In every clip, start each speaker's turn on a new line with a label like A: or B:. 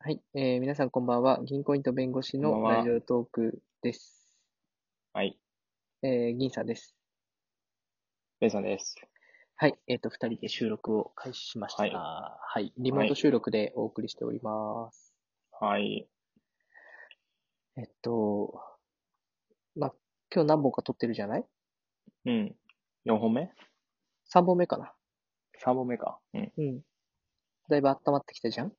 A: はい、えー皆さんこんばんは。銀行員と弁護士
B: こん
A: の
B: ばんは
A: ラジオトークです。
B: はい、
A: えー銀さんです。
B: ベンさんです。
A: はい、えっ、と、二人で収録を開始しました。は
B: はいい、
A: リモート収録でお送りしております。
B: はい。
A: えっと、まあ、今日何本か撮ってるじゃない
B: うん。4本目
A: ?3 本目かな。
B: ?3 本目か。うん。
A: うん。だいぶ温まってきたじゃん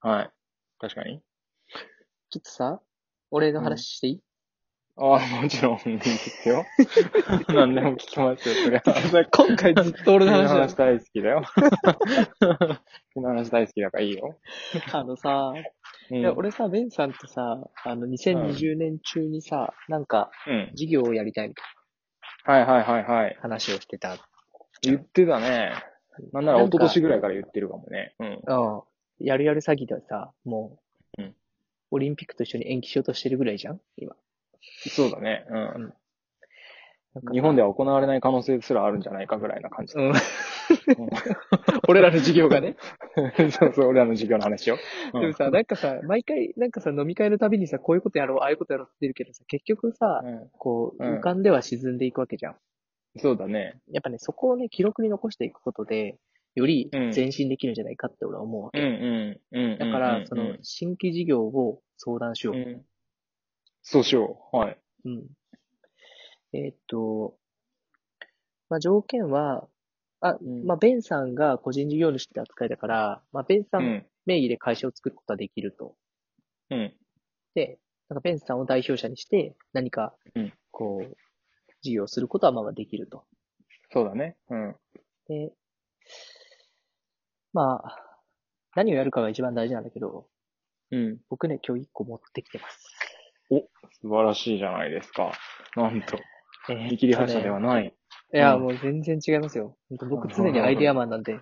B: はい。確かに。
A: ちょっとさ、俺の話していい、
B: ああ、もちろん、いいです よ。何でも聞きますよ、それは。
A: 今回ずっと俺
B: 君
A: の
B: の
A: 話だ
B: 話大好きだよ。君の話大好きだからいいよ。
A: あのさ、
B: うん
A: いや、俺さ、ベンさんとさ、あの、2020年中にさ、なんか、
B: うん。
A: 事業をやりたいみたい
B: はいはいはいはい
A: な。話をしてた。うん。
B: 言ってたね。なんなら
A: なん
B: 一
A: か
B: 昨年ぐらいから言ってるかもね。うん。
A: やるやる詐欺ではさ、もう、
B: うん
A: オリンピックと一緒に延期しようとしてるぐらいじゃん今。
B: そうだね。
A: う
B: うんん。
A: なんかさ
B: 日本では行われない可能性すらあるんじゃないかぐらいな感じ。
A: うん。 俺らの事業が ね。
B: そうそう、俺らの授業の話よ。うん
A: でもさ、なんかさ、毎回、なんかさ、飲み会のたびにさ、こういうことやろう、ああいうことやろうって言ってるけどさ、結局さ、
B: うん
A: こう、
B: うん
A: 浮かんでは沈んでいくわけじゃん。
B: そうだね。
A: やっぱね、そこをね、記録に残していくことで、より
B: うん
A: 前進できるんじゃないかって俺は思うわ
B: うん
A: け。
B: うんうんうんうんうん。
A: だから、その、新規事業を相談しよ
B: う
A: う。
B: ん、そうしよう。はい。
A: うん。えーっと、まあ、条件は、あ、
B: うん
A: まあ、ベンさんが個人事業主って扱いだから、まあ、ベンさ
B: うんん。
A: 名義で会社を作ることはできると。
B: うん。
A: で、なんかベンさんを代表者にして、何か
B: うん、
A: こう、事業をすることはまあまあできると。
B: そうだね。うん。
A: で、まあ、何をやるかが一番大事なんだけど、
B: うん。
A: 僕ね、今日一個持ってきてます。
B: 素晴らしいじゃないですか。な
A: えー
B: んと、
A: っとね
B: 見切り発車ではない。
A: いや、
B: うん
A: もう全然違いますよ。ほんと僕常にアイデアマンなんで。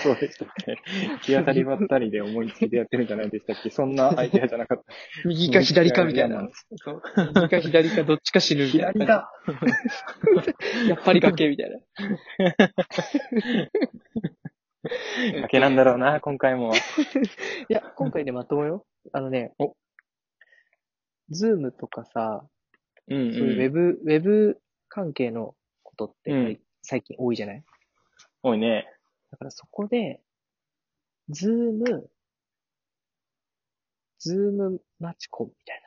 B: そうでしたっけ。 行き当たりばったりで思いつきでやってるんじゃないでしたっけ。そんなアイデアじゃなかった。
A: 右か左かみたいな。そう右か左かどっちか死ぬみたいな。
B: だ
A: やっぱり崖みたいな。
B: だけなんだろうな、今回も。
A: いや、今回ね、まともよ。あのね
B: お、
A: ズームとかさ、
B: うん
A: そういうウェ
B: ん。
A: ブ、ウェブ関係のことって、
B: うん
A: 最近多いじゃない
B: 多いね。
A: だからそこで、ズーム、ズームマチコンみたい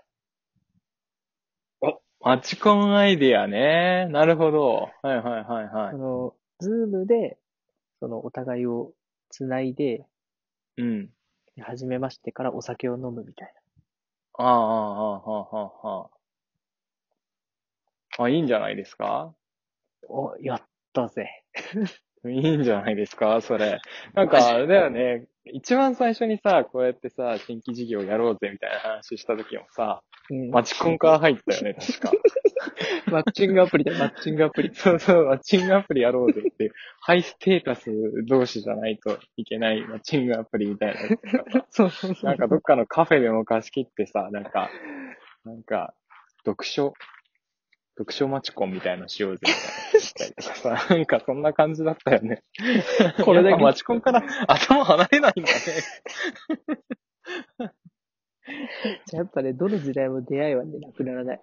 B: マチコンアイデアね。なるほど。はいはいはいは
A: な。あ
B: い。
A: の、ズームで、その、お互いをつないで、
B: うん。
A: 初めましてからお酒を飲むみたい
B: ああ、ああ、ああ、ああ。あ、いいんじゃないですか
A: な。お、やったぜ。
B: いいんじゃないですか それ。なんか、あれだよね。一番最初にさ、こうやってさ、新規事業やろうぜみたいな話した時もさ、
A: うん
B: マチコンから入ったよね、確か。
A: マッチングアプリだよ、マッチングアプリ。
B: そうそう、マッチングアプリやろうぜっていう、ハイステータス同士じゃないといけないマッチングアプリみたいなやつとかさ。
A: そうそうそ
B: なんかどっかのカフェでも貸し切ってさ、なんか、なんか、読書、読書マチコンみたいなのしようぜ みたいなのしたりとかさ、なんかそんな感じだったよね。
A: これだけ
B: やっぱマチコンから頭離れないんだね。
A: う。やっぱね、どの時代も出会いはね、なくならない。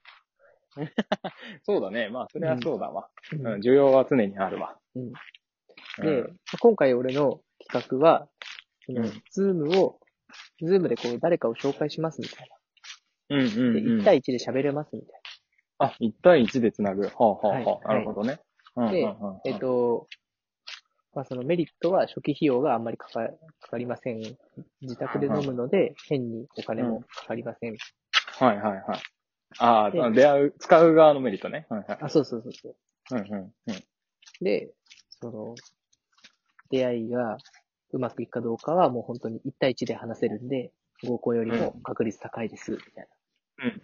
B: そうだね。まあ、それはそうだわ。
A: うん
B: うん、需要は常にあるわ。
A: うん
B: うん
A: で、今回俺の企画は、その
B: うん、
A: ズームを、ズームでこう、誰かを紹介しますみたい
B: うん
A: な。で、
B: うん、うん。
A: 1対1で喋れますみたい
B: あ、1対1でつなぐ。はあ、はあ、は
A: は
B: あ。
A: い
B: なるほどね。うん
A: で
B: うんうんうん
A: な。えっと、まあそのメリットは初期費用があんまりかかかかりません。自宅で飲むので、変にお金もかかりません。
B: はいはいはい。あ
A: で
B: あ、出会う、使う側のメリットね。はいはい。
A: あ、そうそうそうそう。
B: うんうんうん。
A: で、その、出会いがうまくいくかどうかはもう本当に1対1で話せるんで、合コンよりも確率高いです、みたい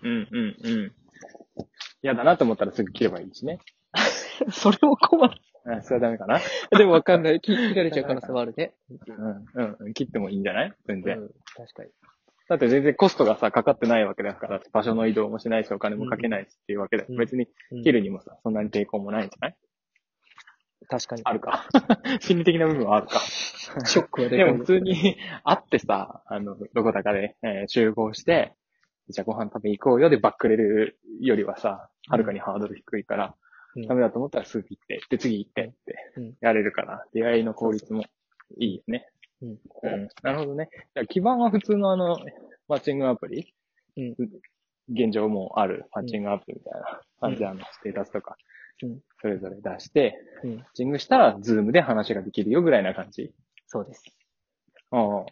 B: うんうんうんうん。嫌だなと思ったらすぐ切ればいいしね。
A: な。それも困る。
B: あそれはダメかな。
A: でもわかんない。切切られちゃう可能性もあるね。
B: うんうんうん。切ってもいいんじゃない全
A: う
B: 然。
A: ん、確かに。
B: だって全然コストがさ、かかってないわけだから、場所の移動もしないし、お金もかけないしっていうわけで、
A: うん
B: 別に
A: うん
B: 切るにもさ、そんなに抵抗もないんじゃない
A: 確かに。
B: あるか。心理的な部分はあるか。
A: ショックはで
B: で
A: かい
B: も普
A: よ。
B: 通に 会ってさ、あの、どこだかで、えー集合して、じゃあご飯食べに行こうよでバックれるよりはさ、はるかにハードル低いから、
A: うん
B: ダメだと思ったらすぐ行って、で次行ってって
A: うん
B: やれるから、出会いの効率もいいよね。
A: うん
B: うんなるほどね。じゃあ基盤は普通のあの、マッチングアプリ、
A: うん
B: 現状もうあるマッチングアプリみたいな感じで、あの、ステータスとか、
A: うん
B: それぞれ出して、
A: うん
B: マッチングしたら、ズームで話ができるよぐらいな感じ。
A: そうです。
B: ああ。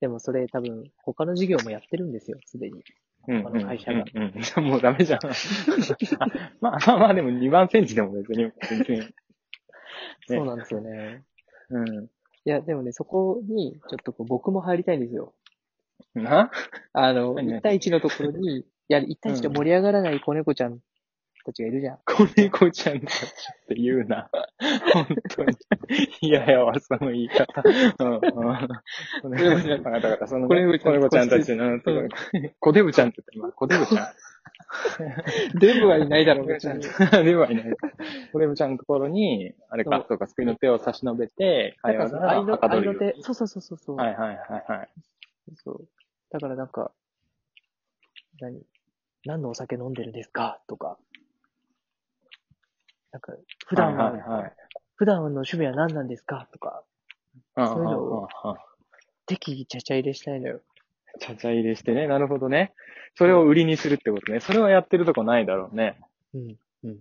A: でもそれ多分、他の事業もやってるんですよ、すでに。
B: うん
A: 他の会社が
B: うんうんうん、もうダメじゃん。あまあまあまあ、でも2番センチでも別に、全然。
A: そうなんですよね。
B: うん
A: いや、でもね、そこに、ちょっとこう僕も入りたいんですよ。。
B: な
A: あの、
B: 何何
A: 1対1のところに、いや、1対1で盛り上がらない子猫ちゃんたちがいるじゃん。
B: 子猫ちゃんたちって言うな。本当に。嫌やわ、その言い方。うんうん。子猫ちゃん、わかったわかった。その
A: 子猫
B: ね
A: ちゃ
B: 子
A: ん
B: 猫ちゃんたちのところ。子デブちゃんって言った今、子デブちゃん。
A: デブはいないだろう、別に。
B: ではいない。コレムちゃんのところに、あれ
A: そ
B: か
A: う、
B: そうか、救いの手を差し伸べて、
A: だ
B: 会
A: から
B: 話
A: そ
B: が
A: の、愛
B: は
A: の
B: かど
A: 愛
B: るよ
A: の手、そうそうそうそうそう、
B: はいはいはいはい。
A: そう。だからなんか、何何のお酒飲んでるんですかとか。なんか、普段は、
B: はいはいはい。
A: 普段の趣味は何なんですかとか、そういうのを適宜ちゃちゃ入れしたいのよ。
B: ちゃちゃ入れしてね。なるほどね。それを売りにするってことね。それはやってるとこないだろうね。
A: うん。
B: うん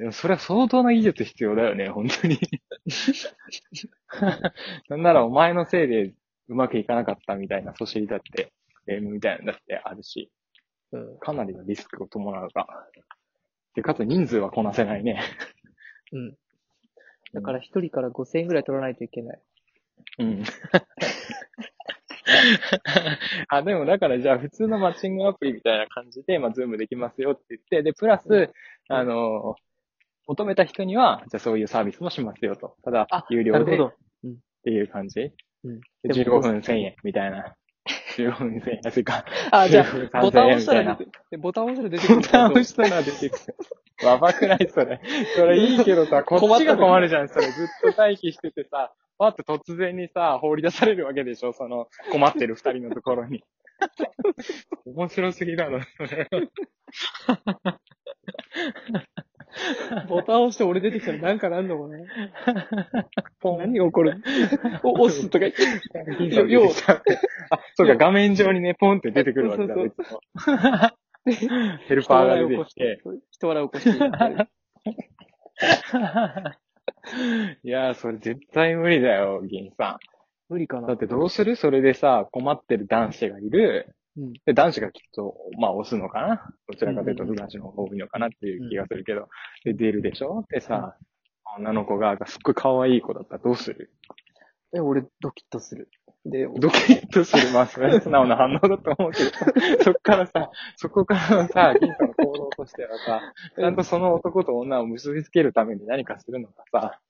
B: でもそれは相当な技術必要だよね、本 当に。なんならお前のせいでうまくいかなかったみたいな、そしりだって、ゲームみたいなのだってあるし、
A: うん。
B: かなりのリスクを伴うが。で、かつ人数はこなせないね。
A: うん。だから一人から5000円ぐらい取らないといけない。
B: うん。 あ、でもだからじゃあ普通のマッチングアプリみたいな感じで、まあ、ズームできますよって言って、で、プラス、あの、求めた人には、じゃあそういうサービスもしますよと。ただ
A: あ、
B: 有
A: な
B: 料
A: るほ
B: でっ
A: ど。
B: ていう感じ。
A: うん。
B: で15分1000円みたいな。15分1000円安いか。
A: あ、じゃ
B: 15分
A: あ、ボタン押した
B: 3000円みたいな
A: ら出て、えボタン押したら出てくる
B: ボ
A: んだけど。
B: タン押したら出てくる。やばくないそれ。それいいけどさ、こっちが困るじゃん、 それ。ずっと待機しててさ、パッと突然にさ、放り出されるわけでしょ、その、困ってる二人のところ に。面白すぎだろ、それ。
A: ボタン押して俺出てきたらなんかなんのもね。
B: ポン。
A: 何が起こ るお押すとか言って。
B: 要
A: 要
B: あ、そうか、画面上にね、ポンって出てくるわけだ、
A: そう
B: 別の。ヘルパーが出てきて。
A: 人笑い起こして。人笑い起こして。
B: いやー、それ絶対無理だよ、銀さん。
A: 無理かな。
B: だってどうするそれでさ、困ってる男子がいる。
A: うん
B: で、男子がきっと、まあ、押すのかなどちらかというと、
A: うんうんうん
B: 男子の方が多いのかなっていう気がするけど。で、出るでしょでさ、女の子が、すっごい可愛い子だったらどうする
A: え、俺ドキッとする。で、
B: ドキッとする。ま あ、それは素直な反応だと思うけど、そっからさ、そこからのさ、銀さんの行動としてはさ、ちゃんとその男と女を結びつけるために何かするのかさ、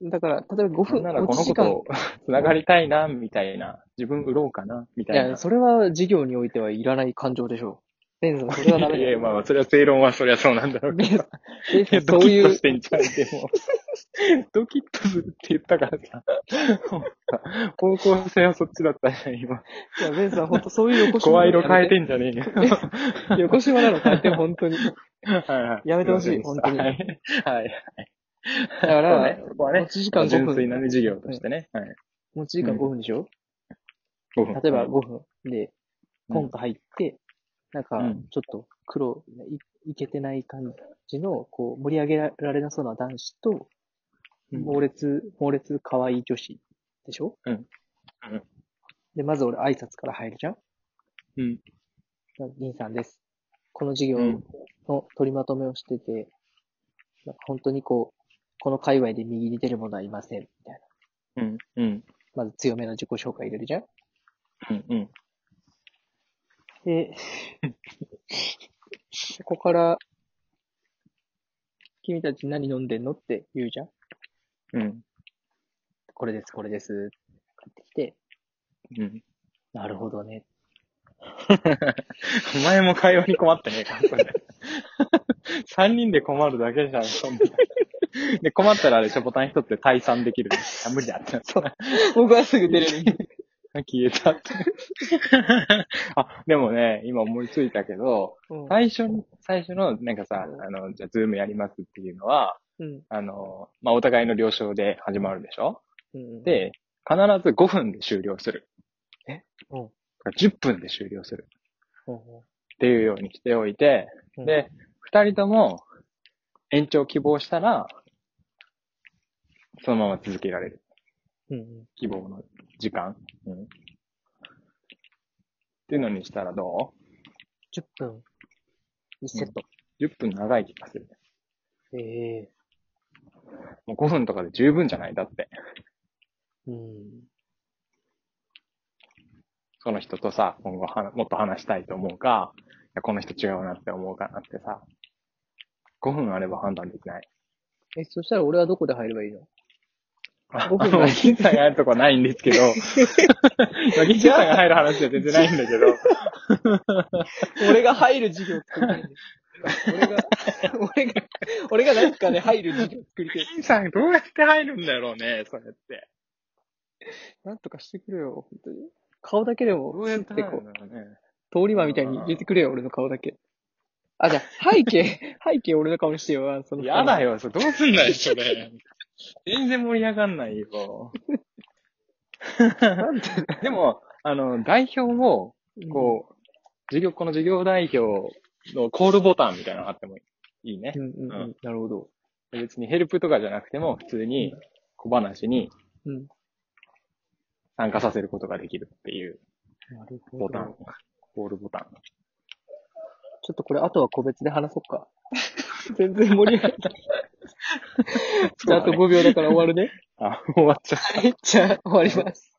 A: だから、例えば5
B: な
A: 分、
B: んならこ
A: 5
B: の子
A: 時間。
B: と繋がりたいな、みたいな、自分売ろうかな、みた
A: い
B: いな。
A: や、それは事業においてはいらない感情でしょう。レンさん、それはダメ
B: い
A: だ
B: やいや、
A: よ。
B: まあまあ、それは正論はそりゃそうなんだろうけ
A: レンさんレンさん、
B: ど。
A: そうい
B: ドキッと
A: う
B: し、てんじゃん、でも。ドキッとするって言ったからさ。方向性はそっちだったじゃん、今。
A: いやレンさん、ほんとそういう横島。
B: 声色変えてんじゃねえよ。
A: 横島なの変えて、本当に。
B: はいはい
A: やめてほしい
B: すませんでしたはい。
A: だから、
B: はい。そうね、ここは
A: 持
B: ね、
A: ち時間5
B: 純粋な
A: 分。
B: ね、事業としてね。はい。
A: 持ち時間5分でしょ
B: 5分
A: 例えば5分で、ポンと入って、なんか
B: うん、
A: ちょっと黒、いいけてない感じの、こう、盛り上げられなそうな男子と、
B: うん
A: 猛烈、猛烈可愛い女子でしょ
B: うんうん
A: で、まず俺挨拶から入るじゃん
B: うん。
A: 銀さんです。この事業
B: うん
A: の取りまとめをしてて、なんか本当にこう、この界隈で右に出る者はいません。みたいな。
B: うん。うん。
A: まず強めの自己紹介入れるじゃん
B: うん。うん。
A: で、 ここから、君たち何飲んでんのって言うじゃん
B: うん。
A: これです、これです。買ってきて、
B: うん。
A: なるほどね。
B: お前 も会話に困ってねえか、それ。三人で困るだけじゃん、そんな。で、困ったらあれでしょ、ボタン一つで退散できる。あ、無理だってなって。
A: 僕はすぐ出れる。
B: 消えたって。あ、でもね、今思いついたけど、
A: うん
B: 最初に、最初の、なんかさ、
A: うん
B: あの、じゃあズームやりますっていうのは、
A: うん。
B: あの、まあ、お互いの了承で始まるでしょ
A: うん、
B: で、必ず5分で終了する。
A: えうん
B: 10分で終了する。
A: うん
B: っていうようにしておいて、
A: うん、
B: で、二人とも延長希望したら、そのまま続けられる。
A: うんうん、
B: 希望の時間。うん。っていうのにしたらど
A: 10分、1セット。
B: う ?10 分長い気がする。
A: ええ
B: もう5分とかで十分じゃないだって。
A: うん。
B: その人とさ、今後はもっと話したいと思うか、いやこの人違うなって思うかなってさ、5分あれば判断できない。
A: え、そしたら俺はどこで入ればいいの
B: あ
A: 5分
B: の、銀さんがやるとこはないんですけ ど、今銀さんが入る話は全然ないんだけど、
A: 俺が入る授業作りたいんです。俺が、俺が、俺がなんかね、入る授業作りたい。
B: 銀さんどうやって入るんだろうね、それって。
A: なんとかしてくれよ、本当に。顔だけでも、
B: どうやって
A: スッ
B: 入
A: てこ
B: る
A: うん
B: だろうね。
A: 通り魔みたいに入れてくれよ、俺の顔だけ。あ、じゃあ、背 景、背景俺の顔にしてよ、あその。
B: やだ
A: よ。
B: よ、それどうすんだよ、それ。全然盛り上がんない よ。でも、あの、代表を、こう、授業、この授業代表のコールボタンみたいなのがあってもいいね
A: う。ん。うんうんうん。なるほど。
B: 別にヘルプとかじゃなくても、普通に小話に
A: うん。
B: 参加させることができるっていう
A: なるほど。
B: ボタン。コールボタン。
A: ちょっとこれ、あとは個別で話そうか。全然盛り上が った。じゃあ、あと5秒だから終わるね。
B: あ、終わっちゃ う。
A: はい、じゃあ、終わります。